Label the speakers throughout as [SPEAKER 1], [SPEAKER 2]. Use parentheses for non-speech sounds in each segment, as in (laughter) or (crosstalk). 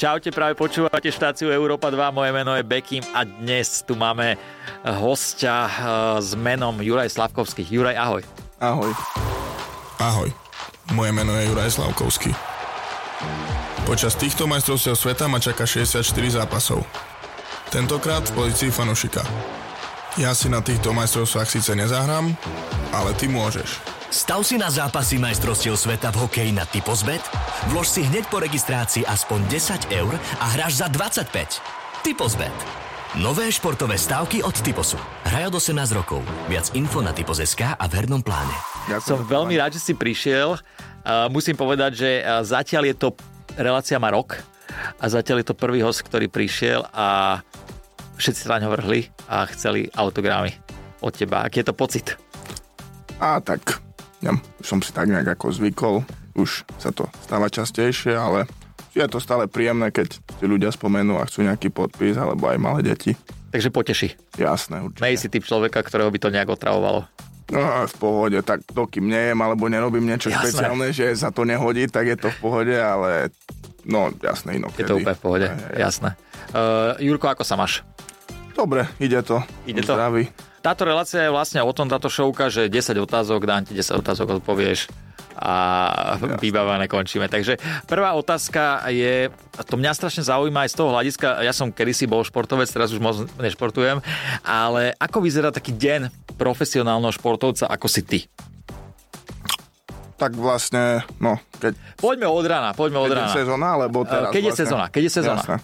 [SPEAKER 1] Čaute, práve počúvate štáciu Európa 2, moje meno je Bekim a dnes tu máme hostia eh, s menom Juraj Slavkovský. Juraj, ahoj.
[SPEAKER 2] Ahoj.
[SPEAKER 3] Ahoj, moje meno je Juraj Slavkovský. Počas týchto majstrovstiev sveta ma čaká 64 zápasov. Tentokrát v pozícii fanušika. Ja si na týchto majstrovstvách síce nezahrám, ale ty môžeš.
[SPEAKER 4] Stav si na zápasy majstrovstiev sveta v hokeji na Typozbet, vlož si hneď po registrácii aspoň 10 eur a hráš za 25. Typozbet. Nové športové stávky od Typosu. Hraj od 18 rokov. Viac info na typoz.sk a v hernom pláne.
[SPEAKER 2] Ďakujem
[SPEAKER 1] Som
[SPEAKER 2] za
[SPEAKER 1] veľmi
[SPEAKER 2] pozvanie.
[SPEAKER 1] rád, že si prišiel. Eh, Musím povedať, že eh, zatiaľ je to, relácia má rok a zatiaľ je to prvý host, ktorý prišiel a všetci sa na ňo vrhli a chceli autogramy od teba. Aký je to pocit?
[SPEAKER 2] A tak, ja som si tak nejak ako zvykol, už sa to stáva častejšie, ale je to stále príjemné, keď si ľudia spomenú a chcú nejaký podpis, alebo aj malé deti.
[SPEAKER 1] Takže poteší.
[SPEAKER 2] Jasné, určite.
[SPEAKER 1] Nej si typ človeka, ktorého by to nejak otravovalo.
[SPEAKER 2] No, a v pohode, tak dokým nejem alebo nerobím niečo
[SPEAKER 1] Jasné.
[SPEAKER 2] jasné. špeciálne, že sa to nehodí, tak je to v pohode, ale no jasné, inokedy.
[SPEAKER 1] Je to úplne v pohode,
[SPEAKER 2] Aj, aj, aj.
[SPEAKER 1] jasné. Uh, Jurko, ako sa máš?
[SPEAKER 2] Dobre, ide to.
[SPEAKER 1] Ide to.
[SPEAKER 2] Zdraví.
[SPEAKER 1] Táto relácia je vlastne o tom, táto šovka, že 10 otázok, dám ti 10 otázok, odpovieš a vybavené končíme. Takže prvá otázka je, a to mňa strašne zaujíma aj z toho hľadiska, ja som kedysi bol športovec, teraz už moc nešportujem, ale ako vyzerá taký deň profesionálneho športovca, ako si ty?
[SPEAKER 2] Tak vlastne, no, keď
[SPEAKER 1] Poďme od rána, poďme od
[SPEAKER 2] Keď
[SPEAKER 1] rána. E,
[SPEAKER 2] je sezóna, alebo teraz
[SPEAKER 1] keď je
[SPEAKER 2] vlastne?
[SPEAKER 1] sezóna, keď je sezóna.
[SPEAKER 2] Jasné.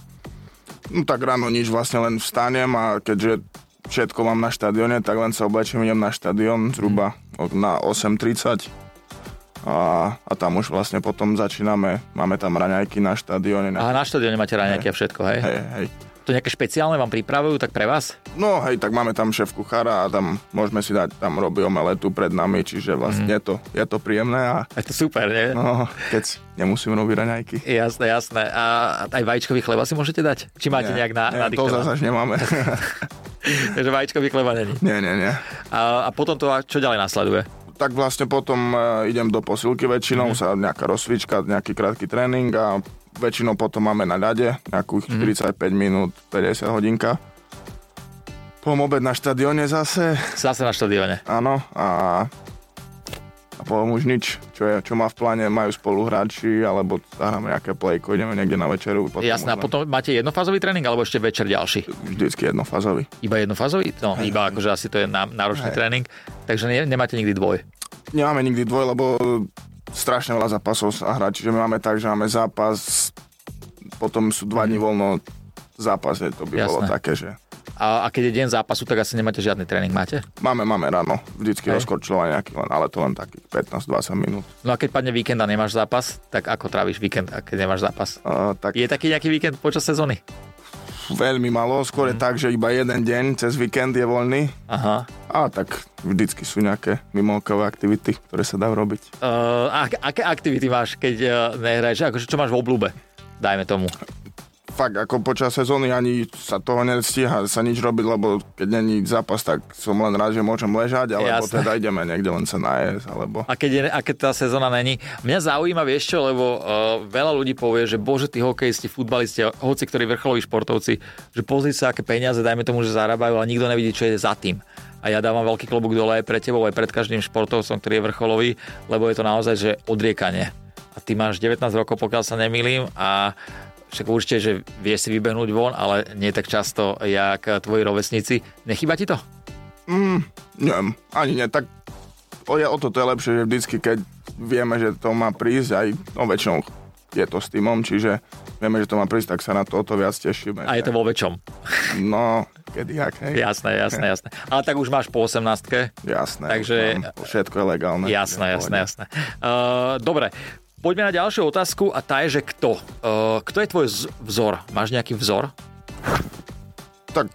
[SPEAKER 2] No tak ráno nič, vlastne len vstanem a keďže všetko mám na štadióne, tak len sa oblečím, idem na štadión zhruba
[SPEAKER 1] Mhm.
[SPEAKER 2] ok- na 8.30 a, a tam už vlastne potom začíname, máme tam raňajky na štadióne.
[SPEAKER 1] Aha,
[SPEAKER 2] Ne?
[SPEAKER 1] na štadióne máte raňajky a všetko, hej?
[SPEAKER 2] Hej, hej.
[SPEAKER 1] To nejaké špeciálne vám pripravujú, tak pre vás? (laughs)
[SPEAKER 2] No hej, tak máme tam šéf kuchára a tam môžeme si dať, tam robí omeletu pred nami, čiže vlastne
[SPEAKER 1] Mhm.
[SPEAKER 2] je, to, je to príjemné a
[SPEAKER 1] Je to super, nie?
[SPEAKER 2] no, keď nemusím robiť raňajky.
[SPEAKER 1] Jasné, jasné. A aj vajíčkový chleba si môžete dať? Či máte nejak na, na
[SPEAKER 2] nie, to
[SPEAKER 1] diktované?
[SPEAKER 2] zase až
[SPEAKER 1] (laughs)
[SPEAKER 2] nemáme.
[SPEAKER 1] Takže vajíčkový chleba není.
[SPEAKER 2] nie, nie, nie.
[SPEAKER 1] A, a potom to, a čo ďalej nasleduje?
[SPEAKER 2] tak vlastne potom e, idem do posilky väčšinou,
[SPEAKER 1] Mhm.
[SPEAKER 2] sa nejaká rozcvička, nejaký krátky tréning a väčšinou potom máme na ľade nejakú
[SPEAKER 1] Mhm.
[SPEAKER 2] 45 minút, 50 hodinka. Pom obed na štadióne zase,
[SPEAKER 1] Zase na štadióne.
[SPEAKER 2] áno, a, a potom už nič, čo, je, čo má v pláne, majú spoluhráči, alebo zahráme nejaké plejko, ideme niekde na večeru. Potom
[SPEAKER 1] Jasné, a
[SPEAKER 2] už len
[SPEAKER 1] potom máte jednofázový tréning, alebo ešte večer ďalší?
[SPEAKER 2] Vždycky jednofázový.
[SPEAKER 1] Iba jednofázový? No, iba akože asi to je ná, náročný tréning, takže ne, nemáte nikdy dvoj.
[SPEAKER 2] nemáme nikdy dvoj, lebo strašne veľa zápasov sa hrá, čiže my máme tak, že máme zápas, potom sú dva dni voľno zápas, je, to
[SPEAKER 1] Mhm.
[SPEAKER 2] by
[SPEAKER 1] Jasné.
[SPEAKER 2] bolo také, že
[SPEAKER 1] A, a keď je deň zápasu, tak asi nemáte žiadny tréning, máte?
[SPEAKER 2] máme, máme ráno, vždycky
[SPEAKER 1] Hej.
[SPEAKER 2] rozkorčľovanie nejaký len, ale to len takých 15-20 minút.
[SPEAKER 1] No a keď padne víkend a nemáš zápas, tak ako tráviš víkend, a keď nemáš zápas?
[SPEAKER 2] Uh, tak
[SPEAKER 1] Je taký nejaký víkend počas sezóny?
[SPEAKER 2] veľmi malo,
[SPEAKER 1] Mhm.
[SPEAKER 2] skôr je tak, že iba jeden deň cez víkend je voľný
[SPEAKER 1] Aha.
[SPEAKER 2] a tak vždycky sú nejaké mimoľkové aktivity, ktoré sa dá robiť.
[SPEAKER 1] Uh, ak, aké aktivity máš, keď uh, nehraješ? Akože, čo máš v oblúbe? Dajme tomu.
[SPEAKER 2] fakt ako počas sezóny ani sa toho nestíha sa nič robiť, lebo keď není zápas, tak som len rád, že môžem ležať, alebo
[SPEAKER 1] Jasné.
[SPEAKER 2] teda ideme niekde len sa najesť, alebo...
[SPEAKER 1] A keď, je, a keď tá sezóna není. Mňa zaujíma, vieš čo, lebo uh, veľa ľudí povie, že bože, tí hokejisti, futbalisti, hoci ktorí vrcholoví športovci, že pozri sa, aké peniaze, dajme tomu, že zarábajú, ale nikto nevidí, čo je za tým. A ja dávam veľký klobúk dole aj pre tebou, aj pred každým športovcom, ktorý je vrcholový, lebo je to naozaj, že odriekanie. A ty máš 19 rokov, pokiaľ sa nemýlim, a však určite, že vieš si vybehnúť von, ale nie tak často, jak tvoji rovesníci. Nechýba ti to?
[SPEAKER 2] Neviem, ani nie, tak o, je- o toto je lepšie, že vždycky, keď vieme, že to má prísť, aj no, väčšinou je to s týmom, čiže vieme, že to má prísť, tak sa na to o to viac tešíme.
[SPEAKER 1] A je to vo väčšom.
[SPEAKER 2] No, kedy, jak, hej.
[SPEAKER 1] Jasné, jasné, jasné. Ale tak už máš po 18
[SPEAKER 2] Jasné.
[SPEAKER 1] Takže-
[SPEAKER 2] už tam Všetko je legálne.
[SPEAKER 1] Jasné,
[SPEAKER 2] Je v
[SPEAKER 1] jasné,
[SPEAKER 2] pohode.
[SPEAKER 1] jasné. Uh, dobre, poďme na ďalšiu otázku a tá je, že kto? Uh, kto je tvoj z- vzor? Máš nejaký vzor?
[SPEAKER 2] tak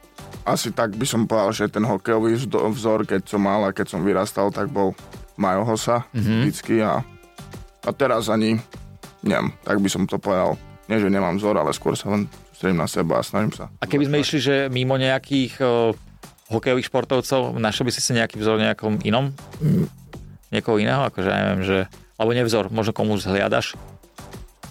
[SPEAKER 2] asi tak by som povedal, že ten hokejový vzdo- vzor, keď som mal a keď som vyrastal, tak bol Majo Hosa
[SPEAKER 1] Mhm.
[SPEAKER 2] mm-hmm. vždycky a, a teraz ani, neviem, tak by som to povedal. Nie, že nemám vzor, ale skôr sa len sústredím na seba a snažím sa.
[SPEAKER 1] A keby sme išli, že mimo nejakých uh, hokejových športovcov, našiel by si si nejaký vzor nejakom inom? Niekoho iného? Akože ja neviem, že... Alebo nevzor, možno komu zhliadaš?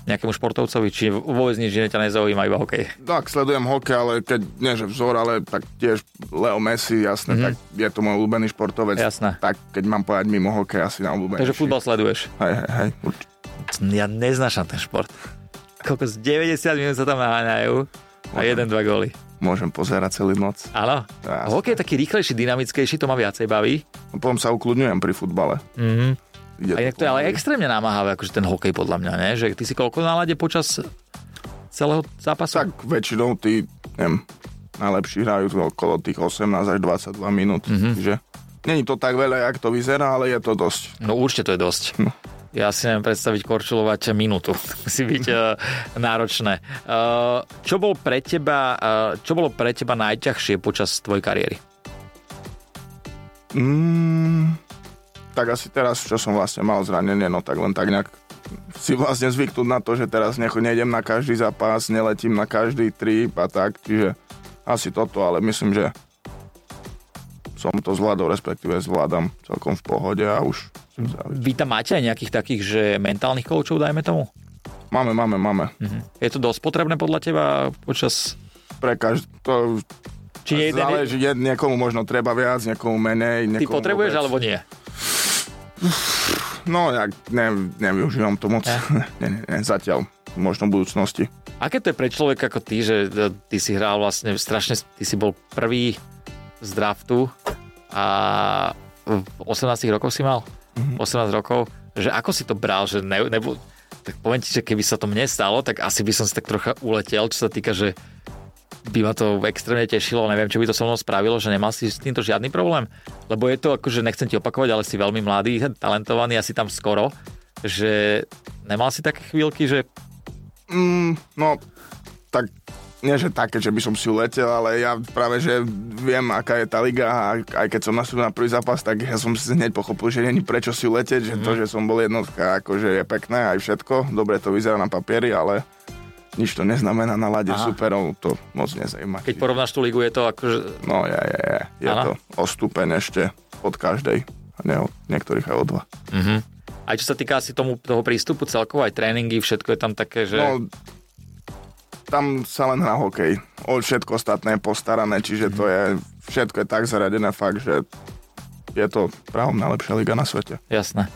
[SPEAKER 1] nejakému športovcovi, či vôbec nič iné ťa nezaujíma, iba hokej?
[SPEAKER 2] Tak, sledujem hokej, ale keď, nie že vzor, ale tak tiež Leo Messi, jasne, mm-hmm. tak je to môj obľúbený športovec.
[SPEAKER 1] Mhm. Jasné.
[SPEAKER 2] Tak, keď mám povedať mimo hokej, asi najobľúbenejší.
[SPEAKER 1] Takže futbal sleduješ.
[SPEAKER 2] Hej, hej, hej, určite.
[SPEAKER 1] Ja neznášam ten šport. Koľko z 90 minút sa tam naháňajú a jeden, dva góly.
[SPEAKER 2] Môžem pozerať celý noc.
[SPEAKER 1] Áno.
[SPEAKER 2] Jasné.
[SPEAKER 1] Hokej je taký rýchlejší, dynamickejší, to ma viacej baví.
[SPEAKER 2] No, Potom sa ukľudňujem pri futbale. Mm-hmm. Ide
[SPEAKER 1] Mhm. A inak to je ale extrémne námahavé, akože ten hokej podľa mňa, ne? Že ty si koľko na lade počas celého zápasu?
[SPEAKER 2] Tak väčšinou tí, neviem, najlepší hrajú to okolo tých 18 až 22 minút, mm-hmm. čiže není to tak veľa, jak to vyzerá, ale je to dosť.
[SPEAKER 1] No určite to je dosť. Ja si neviem predstaviť korčulovať minútu. (laughs) Musí byť uh, náročné. Uh, čo, bol pre teba, uh, čo bolo pre teba najťažšie počas tvojej kariéry?
[SPEAKER 2] Mm, tak asi teraz, čo som vlastne mal zranenie, no tak len tak nejak si vlastne zvyknúť na to, že teraz necho- nejdem na každý zápas, neletím na každý trip a tak, čiže asi toto, ale myslím, že som to zvládol, respektíve zvládam celkom v pohode a už som zdravý.
[SPEAKER 1] Vy tam máte aj nejakých takých, že mentálnych koučov, dajme tomu?
[SPEAKER 2] Máme, máme, máme.
[SPEAKER 1] Je to dosť potrebné podľa teba počas...
[SPEAKER 2] Pre každý, to
[SPEAKER 1] Či nie jeden,
[SPEAKER 2] záleží, jed, niekomu možno treba viac, niekomu menej.
[SPEAKER 1] ty
[SPEAKER 2] Niekomu
[SPEAKER 1] potrebuješ
[SPEAKER 2] vôbec.
[SPEAKER 1] alebo nie?
[SPEAKER 2] No, ja ne, nevyužívam to moc. (laughs) ne, ne, ne, zatiaľ. Možno v budúcnosti.
[SPEAKER 1] Aké to je pre človeka ako ty, že e, ty si hral vlastne strašne, ty si bol prvý z draftu a v 18 rokoch si mal? 18 rokov, že ako si to bral, že ne, nebo, tak poviem ti, že keby sa to mne stalo, tak asi by som si tak trocha uletel, čo sa týka, že by ma to extrémne tešilo, neviem, čo by to so mnou spravilo, že nemal si s týmto žiadny problém, lebo je to akože, nechcem ti opakovať, ale si veľmi mladý, (laughs) talentovaný, asi tam skoro, že nemal si také chvíľky, že
[SPEAKER 2] Mm, no, tak nie, že také, že by som si uletel, ale ja práve, že viem, aká je tá liga a aj keď som nastúpil na prvý zápas, tak ja som si hneď pochopil, že není prečo si uletieť, že
[SPEAKER 1] Mhm.
[SPEAKER 2] to, že som bol jednotka, akože je pekné aj všetko, dobre to vyzerá na papieri, ale nič to neznamená na lade
[SPEAKER 1] Aha.
[SPEAKER 2] superov, to moc nezajíma.
[SPEAKER 1] keď porovnáš tú ligu, je to akože...
[SPEAKER 2] No je, je, je. Je
[SPEAKER 1] Áno.
[SPEAKER 2] to o stupeň ešte od každej. A ne, od niektorých aj o dva.
[SPEAKER 1] Aj čo sa týka asi tomu, toho prístupu celkovo, aj tréningy, všetko je tam také, že...
[SPEAKER 2] No, tam sa len hrá hokej. O všetko ostatné je postarané, čiže to je, všetko je tak zaradené fakt, že je to právom najlepšia liga na svete.
[SPEAKER 1] Jasné.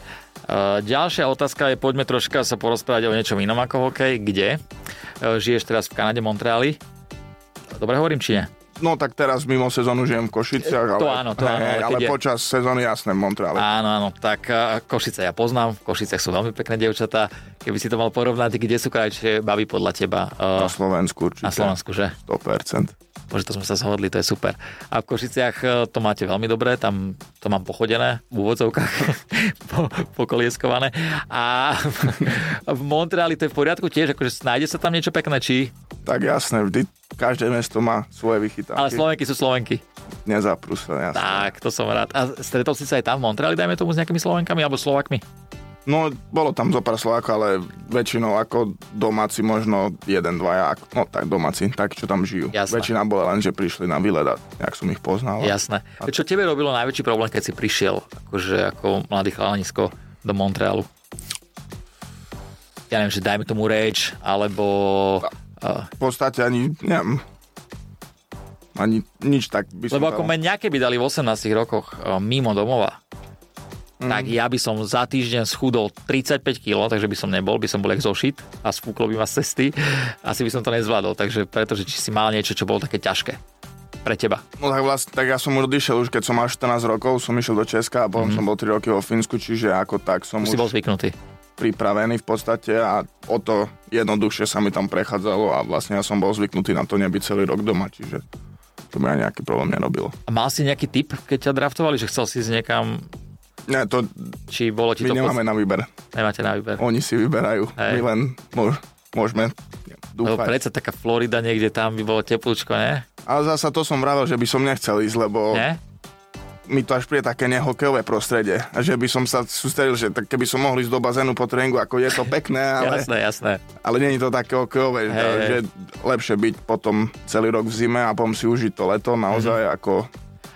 [SPEAKER 1] Uh, Ďalšia otázka je, poďme troška sa porozprávať o niečom inom ako hokej. Kde? Uh, Žiješ teraz v Kanade, Montreali. Dobre hovorím, či nie?
[SPEAKER 2] No tak teraz mimo sezónu žijem v Košiciach, ale,
[SPEAKER 1] To áno,
[SPEAKER 2] (laughs)
[SPEAKER 1] to áno, ale
[SPEAKER 2] hej,
[SPEAKER 1] keď
[SPEAKER 2] ale
[SPEAKER 1] je-
[SPEAKER 2] počas sezóny jasné v Montreale.
[SPEAKER 1] Áno, áno. Tak uh, Košice ja poznám. V Košicech sú veľmi pekné dievčatá. Keby si to mal porovnať, kde sú krajšie baby podľa teba? Uh,
[SPEAKER 2] Na Slovensku určite.
[SPEAKER 1] na Slovensku, že?
[SPEAKER 2] 100%.
[SPEAKER 1] Bože, to sme sa zhodli, to je super. A v Košiciach e, to máte veľmi dobré, tam to mám pochodené, v úvodzovkách, (laughs) po, pokolieskované. A (laughs) v Montreali to je v poriadku tiež, akože nájde sa tam niečo pekné, či...
[SPEAKER 2] Tak jasné, vždy každé mesto má svoje vychytávky.
[SPEAKER 1] Ale Slovenky sú Slovenky.
[SPEAKER 2] Nezaprúsené, jasné.
[SPEAKER 1] Tak, to som rád. A stretol si sa aj tam v Montreali, dajme tomu, s nejakými Slovenkami alebo Slovakmi?
[SPEAKER 2] No, bolo tam zo pár Slovákov, ale väčšinou ako domáci, možno jeden, dvaja, ako- no tak domáci, tak čo tam žijú.
[SPEAKER 1] Jasné.
[SPEAKER 2] Väčšina bola len, že prišli na výlet a nejak som ich poznal.
[SPEAKER 1] Jasné. Čo tebe robilo najväčší problém, keď si prišiel akože ako mladý chalanisko do Montrealu? Ja neviem, že dajme tomu reč, alebo... e,
[SPEAKER 2] V podstate ani, neviem, ani nič tak by som
[SPEAKER 1] Lebo ako
[SPEAKER 2] dal.
[SPEAKER 1] meňaké by dali v 18 rokoch e, mimo domova, mm.
[SPEAKER 2] Mhm.
[SPEAKER 1] tak ja by som za týždeň schudol 35 kg, takže by som nebol, by som bol jak zošit a spúklo by ma z cesty. (laughs) Asi by som to nezvládol, takže pretože či si mal niečo, čo bolo také ťažké pre teba.
[SPEAKER 2] No tak vlastne, tak ja som odišiel už, keď som mal 14 rokov, som išiel do Česka a potom mm-hmm. som bol 3 roky vo Fínsku, čiže ako tak som
[SPEAKER 1] Mhm. Už si
[SPEAKER 2] už
[SPEAKER 1] bol zvyknutý.
[SPEAKER 2] pripravený v podstate a o to jednoduchšie sa mi tam prechádzalo a vlastne ja som bol zvyknutý na to nebyť celý rok doma, čiže to mi aj nejaký problém nerobilo.
[SPEAKER 1] A mal si nejaký tip, keď ťa draftovali, že chcel si ísť niekam,
[SPEAKER 2] Ne, to
[SPEAKER 1] či bolo ti to...
[SPEAKER 2] my nemáme
[SPEAKER 1] pod-
[SPEAKER 2] na výber.
[SPEAKER 1] Nemáte na výber.
[SPEAKER 2] Oni si vyberajú.
[SPEAKER 1] Hej. No,
[SPEAKER 2] My len môž, môžeme
[SPEAKER 1] Lebo
[SPEAKER 2] dúfať.
[SPEAKER 1] predsa taká Florida niekde tam by bolo teplúčko, ne?
[SPEAKER 2] Ale zasa to som vravel, že by som nechcel ísť, lebo
[SPEAKER 1] Ne?
[SPEAKER 2] mi to až príde také nehokejové prostredie. A že by som sa sústredil, že tak keby som mohol ísť do bazénu po tréningu, ako je
[SPEAKER 1] (laughs)
[SPEAKER 2] to pekné, ale,
[SPEAKER 1] Jasné, jasné.
[SPEAKER 2] ale nie je to také hokejové. Že,
[SPEAKER 1] Hej, hej.
[SPEAKER 2] že lepšie byť potom celý rok v zime a potom si
[SPEAKER 1] Mhm.
[SPEAKER 2] užiť to leto naozaj mm-hmm. ako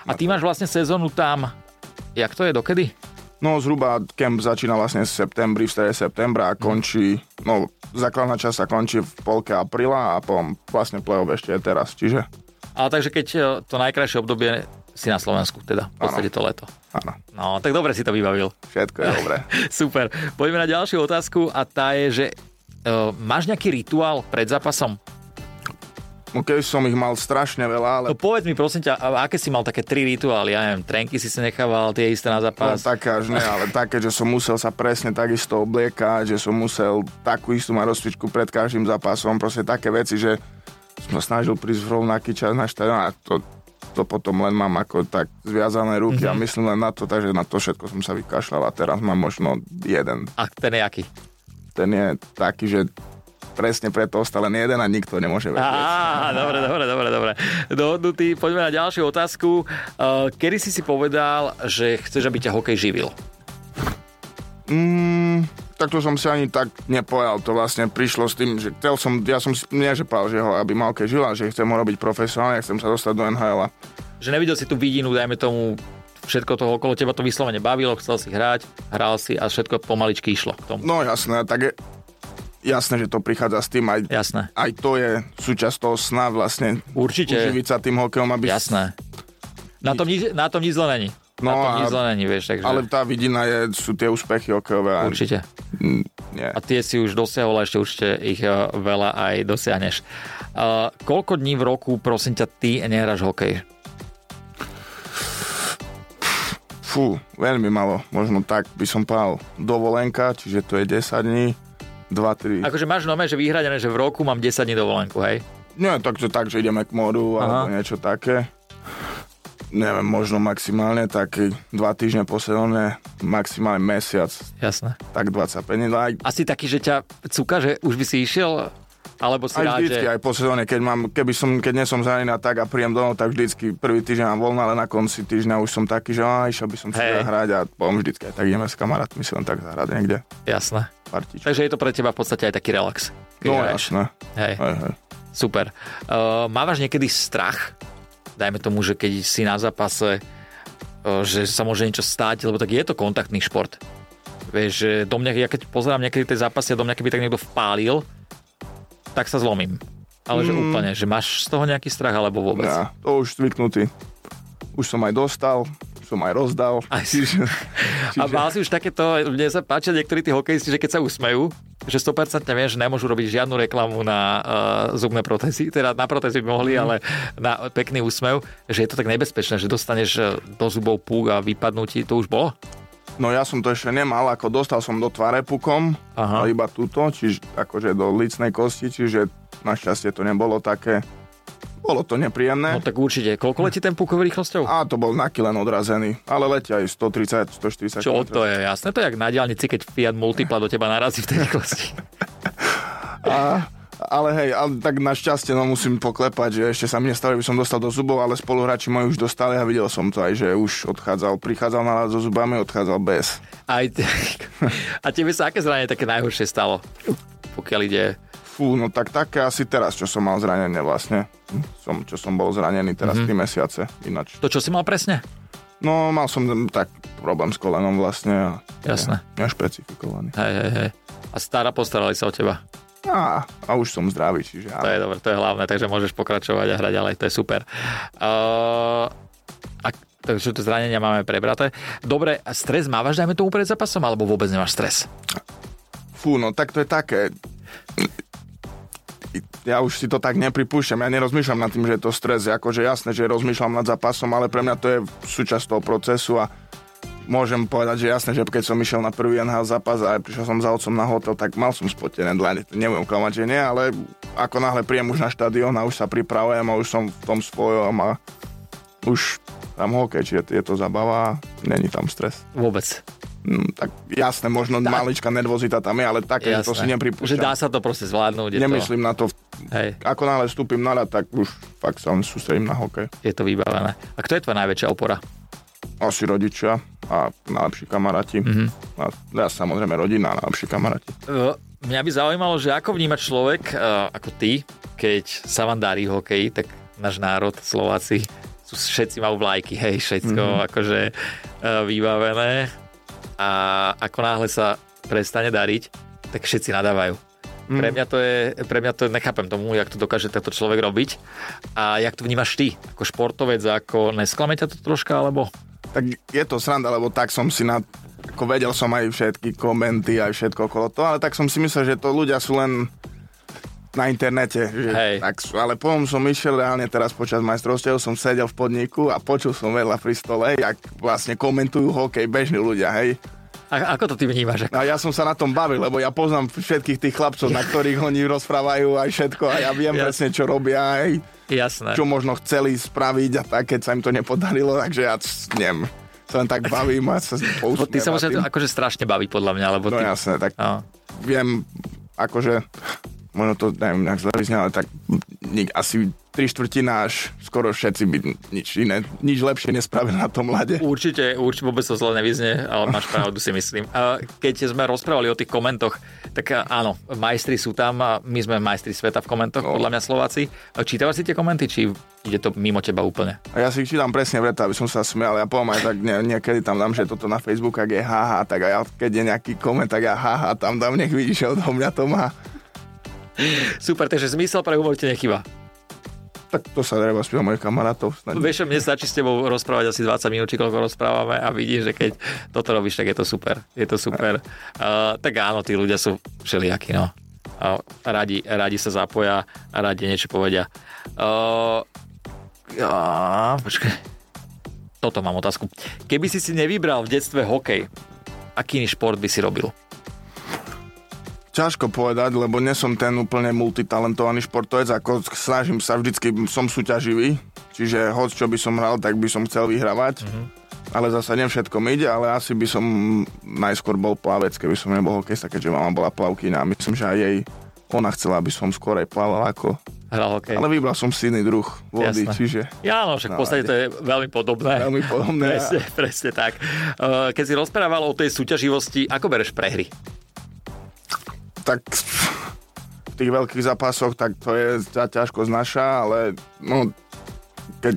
[SPEAKER 1] A ty máš vlastne sezónu tam, jak to je, dokedy?
[SPEAKER 2] No zhruba kemp začína vlastne v septembri, v strede septembra a končí, no základná časť sa končí v polke apríla a potom vlastne play-off ešte je teraz, čiže
[SPEAKER 1] Ale takže keď e, to najkrajšie obdobie si na Slovensku, teda v podstate to leto.
[SPEAKER 2] áno,
[SPEAKER 1] No, tak dobre si to vybavil. (laughs)
[SPEAKER 2] všetko je dobré.
[SPEAKER 1] Super. Poďme na ďalšiu otázku a tá je, že uh, máš nejaký rituál pred zápasom?
[SPEAKER 2] No keď som ich mal strašne veľa, ale
[SPEAKER 1] No povedz mi prosím ťa, a- aké si mal také tri rituály? Ja neviem, trenky si si nechával, tie isté na
[SPEAKER 2] No,
[SPEAKER 1] zápas.
[SPEAKER 2] také až ne, ale také, že som musel sa presne takisto obliekať, že som musel takú istú mať rozcvičku pred každým zápasom, proste také veci, že som sa snažil prísť v rovnaký čas na štadión a to, to potom len mám ako tak zviazané ruky mm-hmm. a myslím len na to, takže na to všetko som sa vykašľal a teraz mám možno jeden.
[SPEAKER 1] A ten je aký?
[SPEAKER 2] Ten je taký, že presne preto ostal len jeden a nikto nemôže vedieť.
[SPEAKER 1] Á, dobre, dobre, dobre, dobre. Dohodnutý, poďme na ďalšiu otázku. Uh, Kedy si si povedal, že chceš, aby ťa hokej živil?
[SPEAKER 2] Mm, tak to som si ani tak nepojal. To vlastne prišlo s tým, že chcel som, ja som si, nie že pál, že ho, aby mal keď žila, že chcem ho robiť profesionálne, chcem sa dostať do NHL. -a.
[SPEAKER 1] Že nevidel si tú vidinu, dajme tomu, všetko toho okolo teba to vyslovene bavilo, chcel si hrať, hral si a všetko pomaličky išlo k tomu.
[SPEAKER 2] No jasné, tak je, jasné, že to prichádza s tým aj,
[SPEAKER 1] Jasné.
[SPEAKER 2] aj to je súčasť toho sna vlastne.
[SPEAKER 1] Určite.
[SPEAKER 2] Uživiť sa tým hokejom, aby...
[SPEAKER 1] Jasné. Na tom nič, na tom nič zle není.
[SPEAKER 2] No
[SPEAKER 1] na tom
[SPEAKER 2] a-
[SPEAKER 1] nič zle není, vieš, takže ale...
[SPEAKER 2] Ale tá vidina je, sú tie úspechy hokejové. a-
[SPEAKER 1] určite.
[SPEAKER 2] Mm, Nie.
[SPEAKER 1] A tie si už dosiahol a ešte určite ich eh, veľa aj dosiahneš. Uh, koľko dní v roku, prosím ťa, ty nehráš hokej?
[SPEAKER 2] Fú, veľmi malo. Možno tak by som pál dovolenka, čiže to je 10 dní, 2-3.
[SPEAKER 1] Akože máš nome, že vyhradené, že v roku mám 10 dní dovolenku, hej?
[SPEAKER 2] Nie, tak to tak, že ideme k moru alebo
[SPEAKER 1] Aha.
[SPEAKER 2] niečo také. Neviem, možno maximálne taký dva týždne posledné, maximálne mesiac,
[SPEAKER 1] Jasné.
[SPEAKER 2] tak 25 dní. Aj,
[SPEAKER 1] A si taký, že ťa cuka, že už by si išiel? Alebo si
[SPEAKER 2] aj
[SPEAKER 1] rád,
[SPEAKER 2] vždycky,
[SPEAKER 1] že...
[SPEAKER 2] aj po sezóne, keď, mám, keby som, keď nie som zranená tak a príjem domov, tak vždycky prvý týždeň mám voľno, ale na konci týždňa už som taký, že á, išiel by som si
[SPEAKER 1] Hej.
[SPEAKER 2] zahrať a potom vždycky aj tak ideme s kamarátmi si len tak zahrať niekde.
[SPEAKER 1] Jasné.
[SPEAKER 2] Partičku.
[SPEAKER 1] Takže je to pre teba v podstate aj taký relax. keď
[SPEAKER 2] No
[SPEAKER 1] hráš.
[SPEAKER 2] jasné.
[SPEAKER 1] Hej.
[SPEAKER 2] Hej, hej.
[SPEAKER 1] Super. Uh, mávaš niekedy strach? Dajme tomu, že keď si na zápase, uh, že sa môže niečo stať, lebo tak je to kontaktný šport. Vieš, že do mňa, ja keď pozerám niekedy tie zápasy a do mňa keby tak niekto vpálil, tak sa zlomím. Ale
[SPEAKER 2] Mm.
[SPEAKER 1] že úplne, že máš z toho nejaký strach alebo vôbec?
[SPEAKER 2] Ja, to už zvyknutý. Už som aj dostal, som aj rozdal.
[SPEAKER 1] Aj si-
[SPEAKER 2] (laughs)
[SPEAKER 1] A mal si už takéto, mne sa páčia niektorí tí hokejisti, že keď sa usmejú, že 100% viem, že nemôžu robiť žiadnu reklamu na uh, zubné protezy, teda na protezy by mohli, ale na pekný úsmev, že je to tak nebezpečné, že dostaneš eh, do zubov púk a vypadnú ti, to už bolo?
[SPEAKER 2] No ja som to ešte nemal, ako dostal som do tváre pukom,
[SPEAKER 1] Aha.
[SPEAKER 2] Aha. iba túto, čiže akože do licnej kosti, čiže našťastie to nebolo také, bolo to
[SPEAKER 1] No
[SPEAKER 2] nepríjemné.
[SPEAKER 1] tak určite, koľko letí ten púkový rýchlosťou?
[SPEAKER 2] Hm. A to bol naky len odrazený, ale letia aj 130, 140.
[SPEAKER 1] Čo to je jasné, to je jak na diálnici, keď Fiat Multipla do teba narazí v tej rýchlosti.
[SPEAKER 2] A, ale hej, ale tak našťastie no musím poklepať, že ešte sa mi nestalo, že by som dostal do zubov, ale spoluhráči moji už dostali a videl som to aj, že už odchádzal, prichádzal na so zubami, odchádzal bez.
[SPEAKER 1] Aj t- a tebe sa aké zranenie také najhoršie stalo? Pokiaľ ide...
[SPEAKER 2] Fú, no tak také asi teraz, čo som mal zranenie vlastne. Som, čo som bol zranený teraz mm-hmm. 3 mesiace, ináč
[SPEAKER 1] To, čo si mal presne?
[SPEAKER 2] No, mal som ten tak problém s kolenom vlastne. a-
[SPEAKER 1] Jasné.
[SPEAKER 2] Ne, nešpecifikovaný.
[SPEAKER 1] Hej, hej, hej. A stará postarali sa o teba.
[SPEAKER 2] A, a už som zdravý, čiže
[SPEAKER 1] To
[SPEAKER 2] áno.
[SPEAKER 1] je dobré, to je hlavné, takže môžeš pokračovať a hrať ďalej, to je super. Uh, a, takže to zranenia máme prebraté. Dobre, a stres mávaš, dajme tomu pred zápasom, alebo vôbec nemáš stres?
[SPEAKER 2] Fú, no tak to je také. Ja už si to tak nepripúšťam, ja nerozmýšľam nad tým, že je to stres. Akože jasné, že rozmýšľam nad zápasom, ale pre mňa to je súčasť toho procesu a môžem povedať, že jasné, že keď som išiel na prvý NHL zápas a prišiel som za otcom na hotel, tak mal som spotené dlane. To Nebudem klamať, že nie, ale ako náhle príjem už na štadión a už sa pripravujem a už som v tom svojom a už tam hokej, čiže je to zabava a není tam stres.
[SPEAKER 1] Vôbec.
[SPEAKER 2] Mm, tak jasné, možno tá. maličká nervozita tam je, ale také, že to si
[SPEAKER 1] Že
[SPEAKER 2] nepripúšťam.
[SPEAKER 1] dá sa to proste zvládnuť. Je
[SPEAKER 2] Nemyslím na to.
[SPEAKER 1] To, hej,
[SPEAKER 2] Ako náhle vstúpim na ľad, tak už fakt sa len sústredím na hokej.
[SPEAKER 1] je to vybavené. A kto je tvoja najväčšia opora?
[SPEAKER 2] Asi rodičia a najlepší kamaráti.
[SPEAKER 1] Mhm.
[SPEAKER 2] Mm-hmm. A ja samozrejme rodina, a najlepší kamaráti.
[SPEAKER 1] Uh, mňa by zaujímalo, že ako vníma človek uh, ako ty, keď sa vám darí hokej, tak náš národ, Slováci,
[SPEAKER 2] Mhm.
[SPEAKER 1] sú, všetci majú vlajky, hej, všetko mm-hmm. akože uh, eh, vybavené. a ako náhle sa prestane dariť, tak všetci nadávajú.
[SPEAKER 2] Mhm.
[SPEAKER 1] Mm. Pre mňa to je, pre mňa to je, nechápem tomu, jak to dokáže takto človek robiť a jak to vnímaš ty, ako športovec, ako nesklame ťa to troška, alebo
[SPEAKER 2] Tak je to sranda, lebo tak som si na... Ako vedel som aj všetky komenty, aj všetko okolo toho, ale tak som si myslel, že to ľudia sú len na internete. Že
[SPEAKER 1] Hej.
[SPEAKER 2] Tak, sú- ale potom som išiel reálne teraz počas majstrovstiev, som sedel v podniku a počul som vedľa pri stole, jak vlastne komentujú hokej bežní ľudia, hej. No
[SPEAKER 1] a, ako to ty vnímaš? Ako,
[SPEAKER 2] A ja som sa na tom bavil, lebo ja poznám všetkých tých chlapcov, na ktorých oni rozprávajú aj všetko a ja viem
[SPEAKER 1] Jasne.
[SPEAKER 2] presne, čo robia, aj
[SPEAKER 1] jasné.
[SPEAKER 2] čo možno chceli spraviť a tak, keď sa im to nepodarilo, takže ja c- neviem, sa len tak bavím a sa
[SPEAKER 1] Lebo ty sa
[SPEAKER 2] pousmievam
[SPEAKER 1] musíš
[SPEAKER 2] tým.
[SPEAKER 1] akože strašne baví podľa mňa, lebo
[SPEAKER 2] No
[SPEAKER 1] ty...
[SPEAKER 2] jasné, tak
[SPEAKER 1] No.
[SPEAKER 2] viem, akože, možno to neviem, nejak zle vyznie, ale tak nik, asi tri štvrtina až skoro všetci by nič iné, nič lepšie nespravili na tom lade.
[SPEAKER 1] Určite, určite vôbec to zle nevyznie, ale máš pravdu si myslím. A Keď sme rozprávali o tých komentoch, tak áno, majstri sú tam a my sme majstri sveta v komentoch,
[SPEAKER 2] No.
[SPEAKER 1] podľa mňa Slováci. A Čítavaš si tie komenty, či ide to mimo teba úplne?
[SPEAKER 2] A ja si ich čítam presne preto, aby som sa smial. Ja poviem aj tak, nie, niekedy tam dám, že toto na Facebook, ak je haha, tak a ja, keď je nejaký koment, tak ja haha, tam dám, nech vidíš, že odo mňa to má.
[SPEAKER 1] Super, takže zmysel pre humor ti nechyba.
[SPEAKER 2] Tak to sa treba spýtať mojich kamarátov. Snad.
[SPEAKER 1] Vieš, čo, mne stačí s tebou rozprávať asi 20 minút, či koľko rozprávame a vidím, že keď toto robíš, tak je to super. Je to super. Uh, tak áno, tí ľudia sú všelijakí, no. Uh, radi, radi sa zapoja a radi niečo povedia. Uh, uh, počkaj. Toto mám otázku. Keby si si nevybral v detstve hokej, aký iný šport by si robil?
[SPEAKER 2] Ťažko povedať, lebo nie som ten úplne multitalentovaný športovec, ako snažím sa vždycky, som súťaživý, čiže hoď čo by som hral, tak by som chcel vyhrávať, mm-hmm. ale zasa nie všetko mi ide, ale asi by som najskôr bol plavec, keby som nebol hokejista, keďže mama bola plavkyňa a myslím, že aj jej ona chcela, aby som skôr aj plával ako...
[SPEAKER 1] Hral hokej.
[SPEAKER 2] Ale vybral som si iný druh vody,
[SPEAKER 1] Jasné.
[SPEAKER 2] čiže
[SPEAKER 1] Ja, no, však v
[SPEAKER 2] No,
[SPEAKER 1] podstate to je veľmi podobné.
[SPEAKER 2] veľmi podobné. a-
[SPEAKER 1] Presne, presne tak. Eh, Keď si rozprával o tej súťaživosti, ako bereš prehry?
[SPEAKER 2] tak v tých veľkých zápasoch, tak to je ťa ťažko znaša, ale no, keď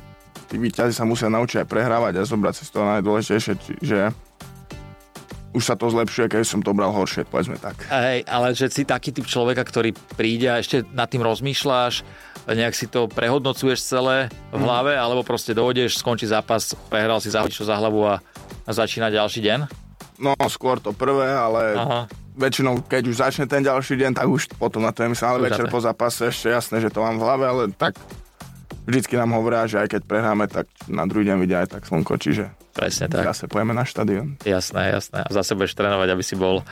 [SPEAKER 2] tí výťazi sa musia naučiť aj prehrávať a zobrať si z toho najdôležitejšie, že už sa to zlepšuje, keď som to bral horšie, povedzme tak.
[SPEAKER 1] Hej, ale že si taký typ človeka, ktorý príde a ešte nad tým rozmýšľaš, nejak si to prehodnocuješ celé v hlave, alebo proste dojdeš, skončí zápas, prehral si za čo za hlavu a a začína ďalší deň?
[SPEAKER 2] No, skôr to prvé, ale
[SPEAKER 1] Aha.
[SPEAKER 2] väčšinou, keď už začne ten ďalší deň, tak už potom na to nemyslím, ale
[SPEAKER 1] Už
[SPEAKER 2] večer
[SPEAKER 1] na to.
[SPEAKER 2] po zápase ešte jasné, že to mám v hlave, ale tak vždycky nám hovoria, že aj keď prehráme, tak na druhý deň vidia aj tak slnko, čiže
[SPEAKER 1] Presne tak.
[SPEAKER 2] zase pojeme na štadión.
[SPEAKER 1] Jasné, jasné. A zase budeš trénovať, aby si bol uh,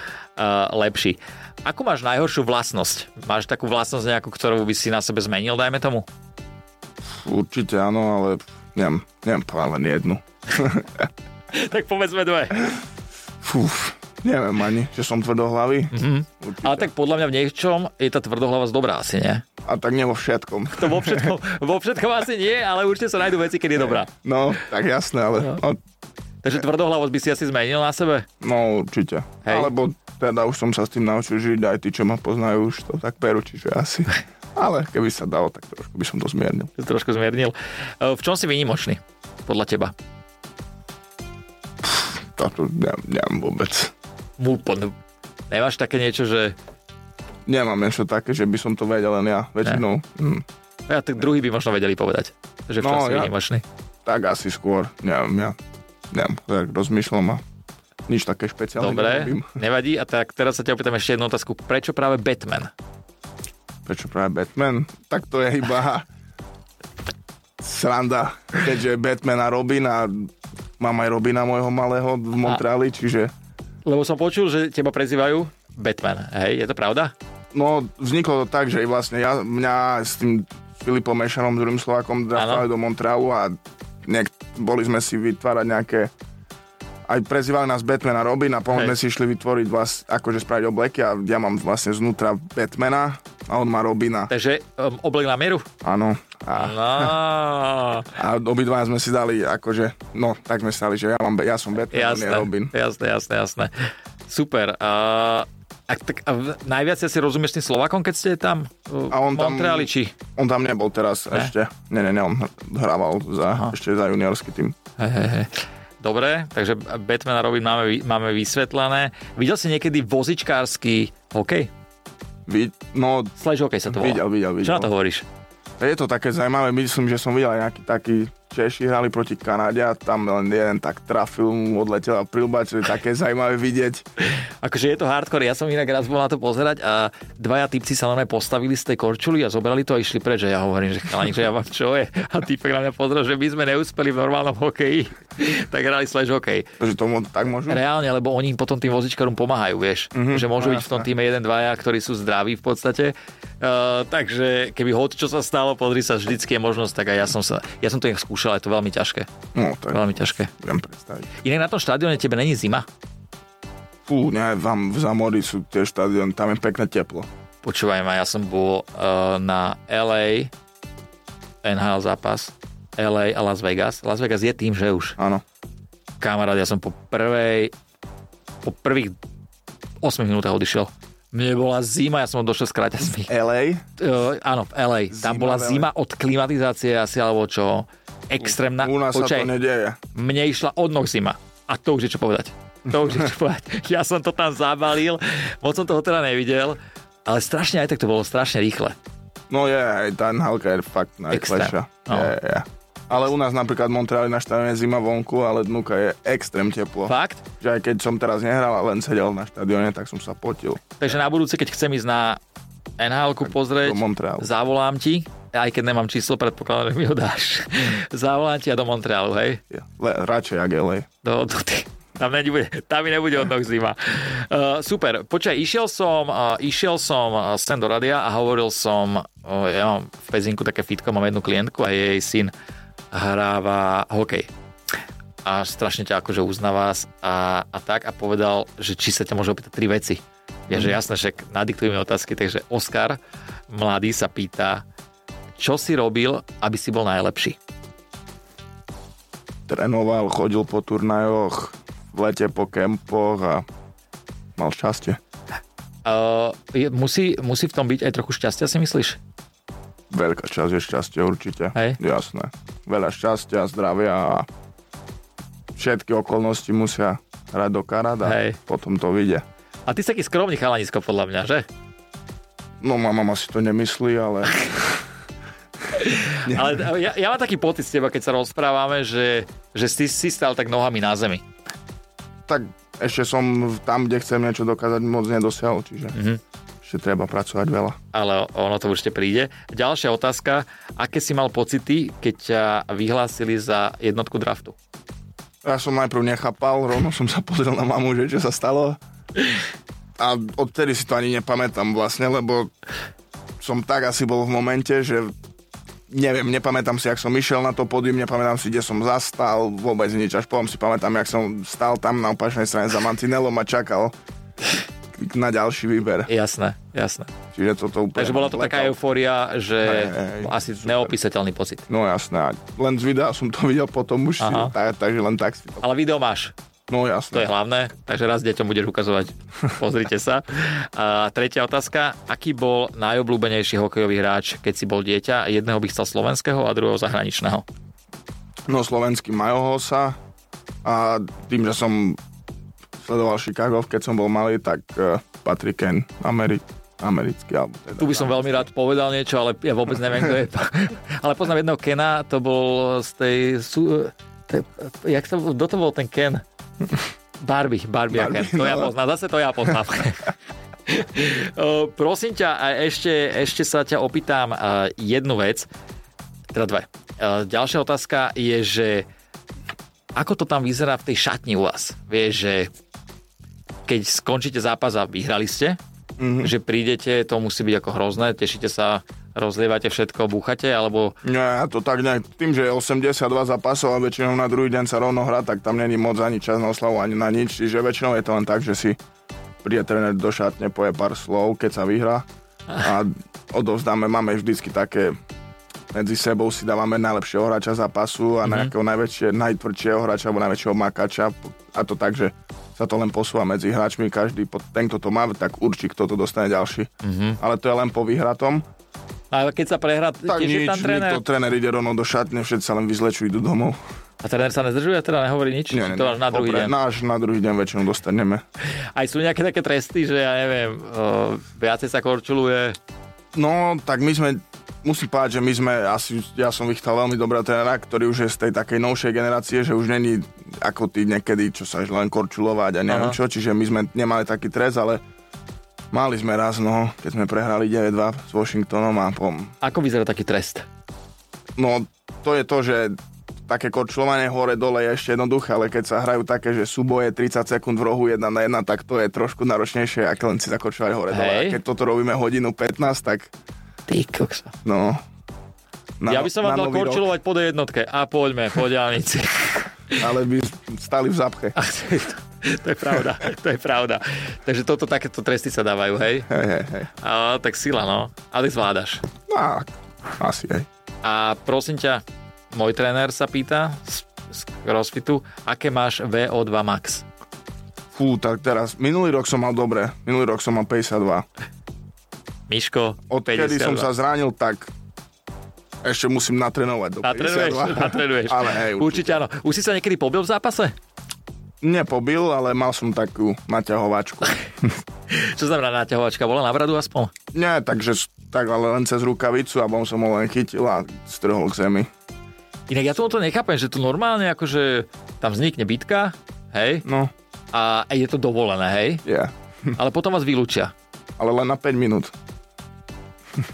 [SPEAKER 1] lepší. Ako máš najhoršiu vlastnosť? Máš takú vlastnosť nejakú, ktorú by si na sebe zmenil, dajme tomu?
[SPEAKER 2] Určite áno, ale neviem, neviem povedať len jednu.
[SPEAKER 1] (laughs) tak povedzme dve.
[SPEAKER 2] Fúf, neviem ani, že som tvrdohlavý. Mm-hmm.
[SPEAKER 1] Ale tak podľa mňa v niečom je tá tvrdohlavosť dobrá asi, nie?
[SPEAKER 2] A tak nie vo všetkom.
[SPEAKER 1] To vo všetkom, vo všetkom asi nie, ale určite sa nájdú veci, keď je dobrá.
[SPEAKER 2] No, tak jasné, ale no,
[SPEAKER 1] Takže tvrdohlavosť by si asi zmenil na sebe?
[SPEAKER 2] no určite.
[SPEAKER 1] Hej.
[SPEAKER 2] Alebo teda už som sa s tým naučil žiť, aj tí, čo ma poznajú, už to tak perú, čiže asi. Ale keby sa dalo, tak trošku by som to zmiernil.
[SPEAKER 1] To Trošku zmiernil. E, V čom si výnimočný? Podľa teba.
[SPEAKER 2] Toto neviem, neviem vôbec.
[SPEAKER 1] Úplne. Nemáš také niečo, že
[SPEAKER 2] Nemám niečo také, že by som to vedel len ja. Väčšinou, hm,
[SPEAKER 1] ja, tak druhý by možno vedeli povedať, že v čom
[SPEAKER 2] No,
[SPEAKER 1] si
[SPEAKER 2] ja-
[SPEAKER 1] výnimočný.
[SPEAKER 2] tak asi skôr. Neviem, ja neviem, tak rozmýšľam a nič také špeciálne
[SPEAKER 1] Dobre,
[SPEAKER 2] nerobím.
[SPEAKER 1] nevadí. A tak teraz sa ťa opýtam ešte jednu otázku. Prečo práve Batman?
[SPEAKER 2] Prečo práve Batman? Tak to je iba sranda, keďže Batman a Robin a mám aj Robina môjho malého v Montreali, čiže
[SPEAKER 1] Lebo som počul, že teba prezývajú Batman. Hej, je to pravda?
[SPEAKER 2] no vzniklo to tak, že vlastne ja, mňa s tým Filipom Mešanom, druhým Slovákom draftovali do Montrealu a niek- boli sme si vytvárať nejaké aj prezývali nás Batman a Robin a potom
[SPEAKER 1] Hej.
[SPEAKER 2] sme si išli vytvoriť vlast, akože spraviť obleky a ja mám vlastne znútra Batmana a on má Robina.
[SPEAKER 1] Takže um, oblek na mieru?
[SPEAKER 2] Áno. A
[SPEAKER 1] No.
[SPEAKER 2] A obidva sme si dali, akože, no, tak sme si dali, že ja, mám, ja som Batman, on je
[SPEAKER 1] Jasné,
[SPEAKER 2] Robin.
[SPEAKER 1] jasné, jasné, jasné. Super. A, a, tak, a v- najviac asi rozumieš tým Slovakom, keď ste tam uh, v
[SPEAKER 2] A on tam-
[SPEAKER 1] Montreali, či...
[SPEAKER 2] On tam nebol teraz ne? ešte. Nie, nie, nie, on hrával za, ešte za juniorský tým.
[SPEAKER 1] Hej, hej, hej. Dobre, takže Batman a Robin máme, vy- máme vysvetlené. Videl si niekedy vozičkársky hokej?
[SPEAKER 2] Vid, no,
[SPEAKER 1] Slash hokej sa to volá.
[SPEAKER 2] videl, videl, videl.
[SPEAKER 1] Čo na to hovoríš?
[SPEAKER 2] Je to také zaujímavé, myslím, že som videl aj nejaký taký Češi hrali proti Kanáde a tam len jeden tak trafil, mu odletela prilba, čo je
[SPEAKER 1] (laughs)
[SPEAKER 2] také zaujímavé vidieť.
[SPEAKER 1] Akože je to hardcore, ja som inak raz bol na to pozerať a dvaja typci sa na mňa postavili z tej korčuly a zobrali to a išli preč. A ja hovorím, že chalani, že ja vám čo je? A typek na mňa pozrel, že my sme neúspeli v normálnom hokeji, (laughs) tak hrali slash hokej.
[SPEAKER 2] Takže tomu tak môžu.
[SPEAKER 1] Reálne, lebo oni potom tým vozičkarom pomáhajú, vieš. Mm-hmm, že môžu
[SPEAKER 2] no
[SPEAKER 1] byť v tom týme jeden, dvaja, ktorí sú zdraví v podstate. Uh, takže keby hoď čo sa stalo, pozri sa, vždycky je možnosť, tak aj ja som sa, ja som to nejak skúšal, je to veľmi ťažké.
[SPEAKER 2] No, tak
[SPEAKER 1] Veľmi ťažké.
[SPEAKER 2] viem predstaviť.
[SPEAKER 1] Inak na tom štadióne tebe není zima.
[SPEAKER 2] Fú, ne, vám v Zamori sú tie štadión, tam je pekné teplo.
[SPEAKER 1] Počúvaj ma, ja som bol uh, na LA, NHL zápas, LA a Las Vegas. Las Vegas je tým, že už.
[SPEAKER 2] Áno.
[SPEAKER 1] Kamarát, ja som po prvej, po prvých 8 minútach odišiel. Mne bola zima, ja som došiel s kraťasmi.
[SPEAKER 2] LA,
[SPEAKER 1] Uh, áno, v LA. Tam
[SPEAKER 2] Zima
[SPEAKER 1] bola
[SPEAKER 2] v LA.
[SPEAKER 1] zima od klimatizácie asi, alebo čo. Extrémna.
[SPEAKER 2] u nás sa
[SPEAKER 1] Počkaj,
[SPEAKER 2] to nedieje.
[SPEAKER 1] mne išla od noh zima. A to už je čo povedať. To už je čo povedať. (laughs) Ja som to tam zabalil, moc som toho teda nevidel, ale strašne aj tak to bolo strašne rýchle.
[SPEAKER 2] No je, aj tá nhalka je fakt najlepšia.
[SPEAKER 1] No.
[SPEAKER 2] Je, je. Ale u nás napríklad v Montreali na štadióne je zima vonku, ale dnuka je extrém teplo.
[SPEAKER 1] Fakt?
[SPEAKER 2] Že aj keď som teraz nehral a len sedel na štadióne, tak som sa potil.
[SPEAKER 1] Takže na budúce, keď chcem ísť na nhl pozrieť,
[SPEAKER 2] do Montrealu.
[SPEAKER 1] zavolám ti, aj keď nemám číslo, predpokladám, že mi ho dáš. (laughs) zavolám ti a do Montrealu, hej?
[SPEAKER 2] Ja. Le, radšej jak LA.
[SPEAKER 1] Do, do, No, ty. Tam, nebude, tam mi nebude odnoh zima. (laughs) Uh, super, počkaj, išiel som, uh, išiel som uh, sem do radia a hovoril som, uh, ja mám v Pezinku také fitko, mám jednu klientku a jej syn hráva hokej. A strašne ťa akože uznáva s- a, a tak a povedal, že či sa ťa môže opýtať tri veci. Ja, že jasné, že nadiktujú mi otázky, takže Oskar, mladý, sa pýta, čo si robil, aby si bol najlepší?
[SPEAKER 2] Trénoval, chodil po turnajoch, v lete po kempoch a mal šťastie.
[SPEAKER 1] Uh, je, musí, musí v tom byť aj trochu šťastia, si myslíš?
[SPEAKER 2] Veľká časť je šťastie určite.
[SPEAKER 1] Hej.
[SPEAKER 2] Jasné. Veľa šťastia, zdravia a všetky okolnosti musia hrať do karada.
[SPEAKER 1] Hej.
[SPEAKER 2] Potom to vyjde.
[SPEAKER 1] A ty si taký skromný chalanisko, podľa mňa, že?
[SPEAKER 2] No mama mama si to nemyslí, ale
[SPEAKER 1] Ale ja, ja mám taký pocit z teba, keď sa rozprávame, že, že si, si stal tak nohami na zemi.
[SPEAKER 2] tak ešte som v- tam, kde chcem niečo dokázať, moc nedosiahol, čiže mm-hmm. ešte treba pracovať veľa.
[SPEAKER 1] Ale ono to určite príde. Ďalšia otázka. Aké si mal pocity, keď ťa vyhlásili za jednotku draftu?
[SPEAKER 2] Ja som najprv nechápal, rovno som sa pozrel na mamu, že čo sa stalo. A odtedy si to ani nepamätám vlastne, lebo som tak asi bol v momente, že neviem, nepamätám si, jak som išiel na to pódium, nepamätám si, kde som zastal, vôbec nič. Až potom si pamätám, jak som stal tam na opačnej strane za mantinelom a čakal na ďalší výber.
[SPEAKER 1] Jasné, jasné.
[SPEAKER 2] Čiže toto úplne...
[SPEAKER 1] Takže bola to taká
[SPEAKER 2] blackout.
[SPEAKER 1] eufória, že
[SPEAKER 2] Hej, hej,
[SPEAKER 1] asi
[SPEAKER 2] super.
[SPEAKER 1] neopísateľný pocit.
[SPEAKER 2] No jasné, a len z videa som to videl potom už, si,
[SPEAKER 1] Aha.
[SPEAKER 2] tak, takže len tak si to...
[SPEAKER 1] Ale video máš. To
[SPEAKER 2] No
[SPEAKER 1] je
[SPEAKER 2] jasné.
[SPEAKER 1] hlavné, takže raz deťom budeš ukazovať. Pozrite sa. A tretia otázka. Aký bol najobľúbenejší hokejový hráč, keď si bol dieťa? Jedného by chcel slovenského a druhého zahraničného.
[SPEAKER 2] No slovenský Majohosa a tým, že som sledoval Chicago, keď som bol malý, tak uh, Patrick Kane, Ameri- americký alebo teda.
[SPEAKER 1] Tu by som veľmi rád povedal niečo, ale ja vôbec neviem, kto je. (laughs) Ale poznám jedného Kena, to bol z tej... Sú, te, jak to, kto to bol ten Ken? Barbie, Barbie, a Ken.
[SPEAKER 2] Barbie,
[SPEAKER 1] To ja
[SPEAKER 2] no.
[SPEAKER 1] poznám, zase to ja poznám. (laughs) O, Prosím ťa, a ešte, ešte sa ťa opýtam eh, jednu vec, teda dve. Eh, Ďalšia otázka je, že ako to tam vyzerá v tej šatni u vás? Vieš, že keď skončíte zápas a vyhrali ste,
[SPEAKER 2] Mhm.
[SPEAKER 1] mm-hmm. že prídete, to musí byť ako hrozné, tešíte sa, rozlievate všetko, búchate, alebo
[SPEAKER 2] Nie, ja to tak ne. Tým, že je 82 zápasov a väčšinou na druhý deň sa rovno hrá, tak tam není moc ani čas na oslavu, ani na nič. Čiže väčšinou je to len tak, že si príde tréner do šatne, povie pár slov, keď sa vyhrá. A odovzdáme, máme vždycky také medzi sebou si dávame najlepšieho hráča zápasu a mm-hmm. nejakého najväčšie, najtvrdšieho hráča alebo najväčšieho makača a to tak, že sa to len posúva medzi hráčmi, každý, po- ten, kto to má, tak určí, kto to dostane ďalší. Mm-hmm. Ale to je len po vyhratom.
[SPEAKER 1] No, ale keď sa prehrá,
[SPEAKER 2] Tak
[SPEAKER 1] tiež je
[SPEAKER 2] nič,
[SPEAKER 1] tam tréner.
[SPEAKER 2] nikto tréner ide rovno do šatne, všetci sa len vyzlečú, idú domov.
[SPEAKER 1] A tréner sa nezdržuje, teda nehovorí nič?
[SPEAKER 2] Nie, nie,
[SPEAKER 1] to až na druhý
[SPEAKER 2] Dobre,
[SPEAKER 1] deň.
[SPEAKER 2] Náš na druhý deň väčšinou dostaneme.
[SPEAKER 1] Aj sú nejaké také tresty, že ja neviem, uh, viacej sa korčuluje.
[SPEAKER 2] No, tak my sme, musím povedať, že my sme, asi, ja som vychtal veľmi dobrá trénera, ktorý už je z tej takej novšej generácie, že už není ako tí niekedy, čo sa len korčulovať a neviem
[SPEAKER 1] Aha.
[SPEAKER 2] Aha. čo, čiže my sme nemali taký trest, ale mali sme raz, no, keď sme prehrali 9-2 s Washingtonom a po,
[SPEAKER 1] Ako vyzerá taký trest?
[SPEAKER 2] no, to je to, že také korčulovanie hore-dole je ešte jednoduché, ale keď sa hrajú také, že súboje 30 sekúnd v rohu 1 na 1, tak to je trošku náročnejšie, ako len si zakorčovať hore-dole.
[SPEAKER 1] Hej.
[SPEAKER 2] A keď toto robíme hodinu 15, tak
[SPEAKER 1] Ty koksa.
[SPEAKER 2] No. Na, no-
[SPEAKER 1] Ja by som vám
[SPEAKER 2] na
[SPEAKER 1] dal
[SPEAKER 2] nový rok,
[SPEAKER 1] korčulovať po jednotke. A poďme, po diálnici.
[SPEAKER 2] Ale by stali v zapche.
[SPEAKER 1] A to je- to je pravda, to je pravda. Takže toto takéto tresty sa dávajú, hej?
[SPEAKER 2] Hej, hej, hej.
[SPEAKER 1] A, tak sila, no. Ale zvládaš.
[SPEAKER 2] No, ak- asi hej.
[SPEAKER 1] A prosím ťa, môj tréner sa pýta z, z crossfitu, aké máš VO2 max?
[SPEAKER 2] Fú, tak teraz, minulý rok som mal dobre. Minulý rok som mal 52.
[SPEAKER 1] Miško,
[SPEAKER 2] Odkedy
[SPEAKER 1] 52.
[SPEAKER 2] som sa zranil, tak ešte musím natrénovať do
[SPEAKER 1] Natrenuješ,
[SPEAKER 2] 52.
[SPEAKER 1] natrenuješ.
[SPEAKER 2] (laughs) Ale hej, určite.
[SPEAKER 1] Určite áno. Už si sa niekedy pobil v zápase?
[SPEAKER 2] Nepobil, ale mal som takú
[SPEAKER 1] (laughs)
[SPEAKER 2] naťahovačku.
[SPEAKER 1] Čo znamená naťahovačka? Bola na bradu aspoň?
[SPEAKER 2] Nie, takže s- tak, ale len cez rukavicu a potom som ho len chytil a strhol k zemi.
[SPEAKER 1] Inak ja tomu to nechápem, že tu normálne akože tam vznikne bitka, hej,
[SPEAKER 2] No,
[SPEAKER 1] a je to dovolené, hej,
[SPEAKER 2] je. Yeah.
[SPEAKER 1] ale potom vás vylúčia.
[SPEAKER 2] Ale len na 5 minút.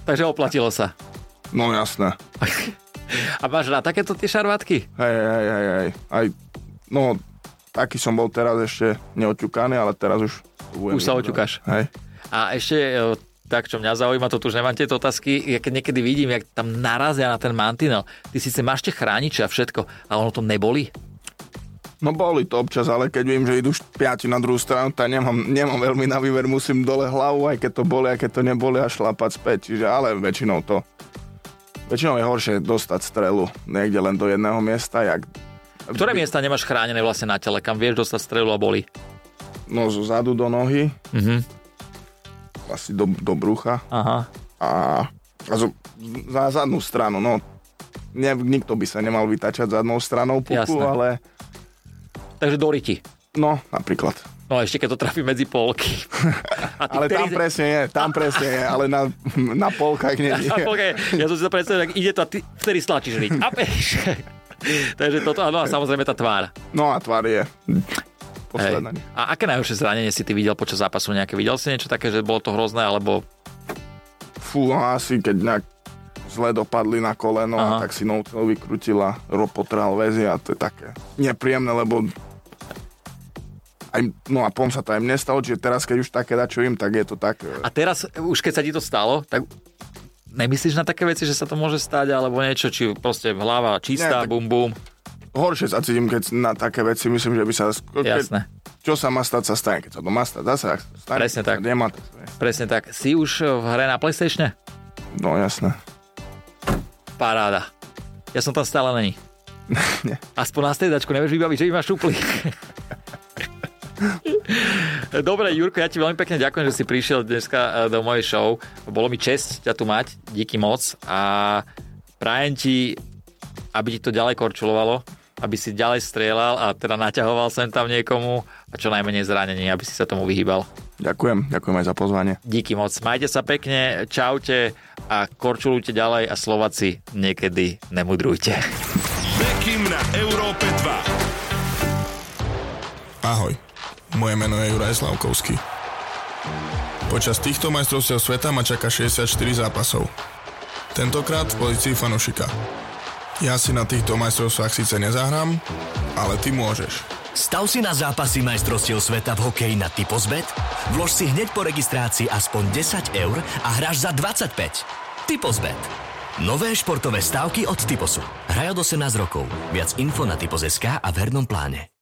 [SPEAKER 1] Takže oplatilo sa.
[SPEAKER 2] No jasné.
[SPEAKER 1] A máš rád takéto tie šarvátky?
[SPEAKER 2] Hej, hej, hej, hej. Aj, no, taký som bol teraz ešte neoťukaný, ale teraz už...
[SPEAKER 1] Už sa oťukáš.
[SPEAKER 2] Hej.
[SPEAKER 1] A ešte e, tak, čo mňa zaujíma, to tu už nemám tieto otázky, ja keď niekedy vidím, jak tam narazia na ten mantinel. Ty síce máš tie chrániče a všetko, ale ono to neboli.
[SPEAKER 2] No boli to občas, ale keď viem, že idú už piati na druhú stranu, tak nemám, nemám veľmi na výber, musím dole hlavu, aj keď to boli, aj keď to neboli a šlapať späť. Čiže, ale väčšinou to... Väčšinou je horšie dostať strelu niekde len do jedného miesta, jak...
[SPEAKER 1] Ktoré miesta nemáš chránené vlastne na tele, kam vieš dostať strelu a boli?
[SPEAKER 2] No, zo zadu do nohy,
[SPEAKER 1] Mhm.
[SPEAKER 2] asi do, do brucha
[SPEAKER 1] Aha.
[SPEAKER 2] a, a zo, za zadnú stranu, no ne, nikto by sa nemal vytačať zadnou stranou puku,
[SPEAKER 1] Jasné.
[SPEAKER 2] ale
[SPEAKER 1] Takže do riti.
[SPEAKER 2] no, napríklad.
[SPEAKER 1] No a ešte keď to trafí medzi polky. (laughs) A ty
[SPEAKER 2] Ale tam
[SPEAKER 1] vtedy-
[SPEAKER 2] presne je, tam presne je, ale na, na polkách
[SPEAKER 1] (laughs)
[SPEAKER 2] nie je.
[SPEAKER 1] Okay, ja som si to predstavil, tak ide to a ty vtedy stlačíš riť. A peš. (laughs) Takže toto, áno, a samozrejme tá tvár.
[SPEAKER 2] No a tvár je
[SPEAKER 1] Hej.
[SPEAKER 2] posledná.
[SPEAKER 1] A aké najhoršie zranenie si ty videl počas zápasu nejaké? Videl si niečo také, že bolo to hrozné, alebo
[SPEAKER 2] Fú, no asi keď nejak zle dopadli na koleno,
[SPEAKER 1] Aha.
[SPEAKER 2] Aha. tak si noutel vykrutila, ro- potrhal väzy a to je také nepríjemné, lebo aj, no a pom sa to aj mne stalo, čiže teraz keď už také dačo im, tak e, je to také.
[SPEAKER 1] A teraz, už keď sa ti to stalo, tak nemyslíš na také veci, že sa to môže stať, alebo niečo, či proste hlava čistá,
[SPEAKER 2] Nie, tak-
[SPEAKER 1] bum bum,
[SPEAKER 2] horšie sa cítim, keď na také veci myslím, že by sa... Keď,
[SPEAKER 1] jasné.
[SPEAKER 2] čo sa má stať, sa stane. Keď sa to má stať, zase ak sa stane.
[SPEAKER 1] Presne
[SPEAKER 2] keď
[SPEAKER 1] tak.
[SPEAKER 2] Sa nemá, tak sa ne-
[SPEAKER 1] Presne tak. Si už v hre na Playstatione?
[SPEAKER 2] no jasné.
[SPEAKER 1] Paráda. Ja som tam stále není.
[SPEAKER 2] Nie.
[SPEAKER 1] Aspoň na striedačku nevieš vybaviť, že imáš šuplík. Dobre, Jurko, ja ti veľmi pekne ďakujem, že si prišiel dneska eh, do mojej show. Bolo mi čest ťa tu mať, díky moc a prajem ti, aby ti to ďalej korčulovalo, aby si ďalej strieľal a teda naťahoval sem tam niekomu a čo najmenej zranení, aby si sa tomu vyhýbal.
[SPEAKER 2] Ďakujem, ďakujem aj za pozvanie.
[SPEAKER 1] Díky moc. Majte sa pekne, čaute a korčulujte ďalej a Slováci niekedy nemudrujte.
[SPEAKER 3] Bekim na Európe 2. Ahoj, moje meno je Juraj Slavkovský. Počas týchto majstrovstiev sveta ma čaká 64 zápasov. Tentokrát v pozícii fanošika. Ja si na týchto majstrovstvách síce nezahrám, ale ty môžeš.
[SPEAKER 4] Stav si na zápasy majstrovstiev sveta v hokeji na Typozbet, vlož si hneď po registrácii aspoň 10 eur a hráš za 25. Typozbet. Nové športové stávky od Typosu. Hraj od 18 rokov. Viac info na typoz.sk a v hernom pláne.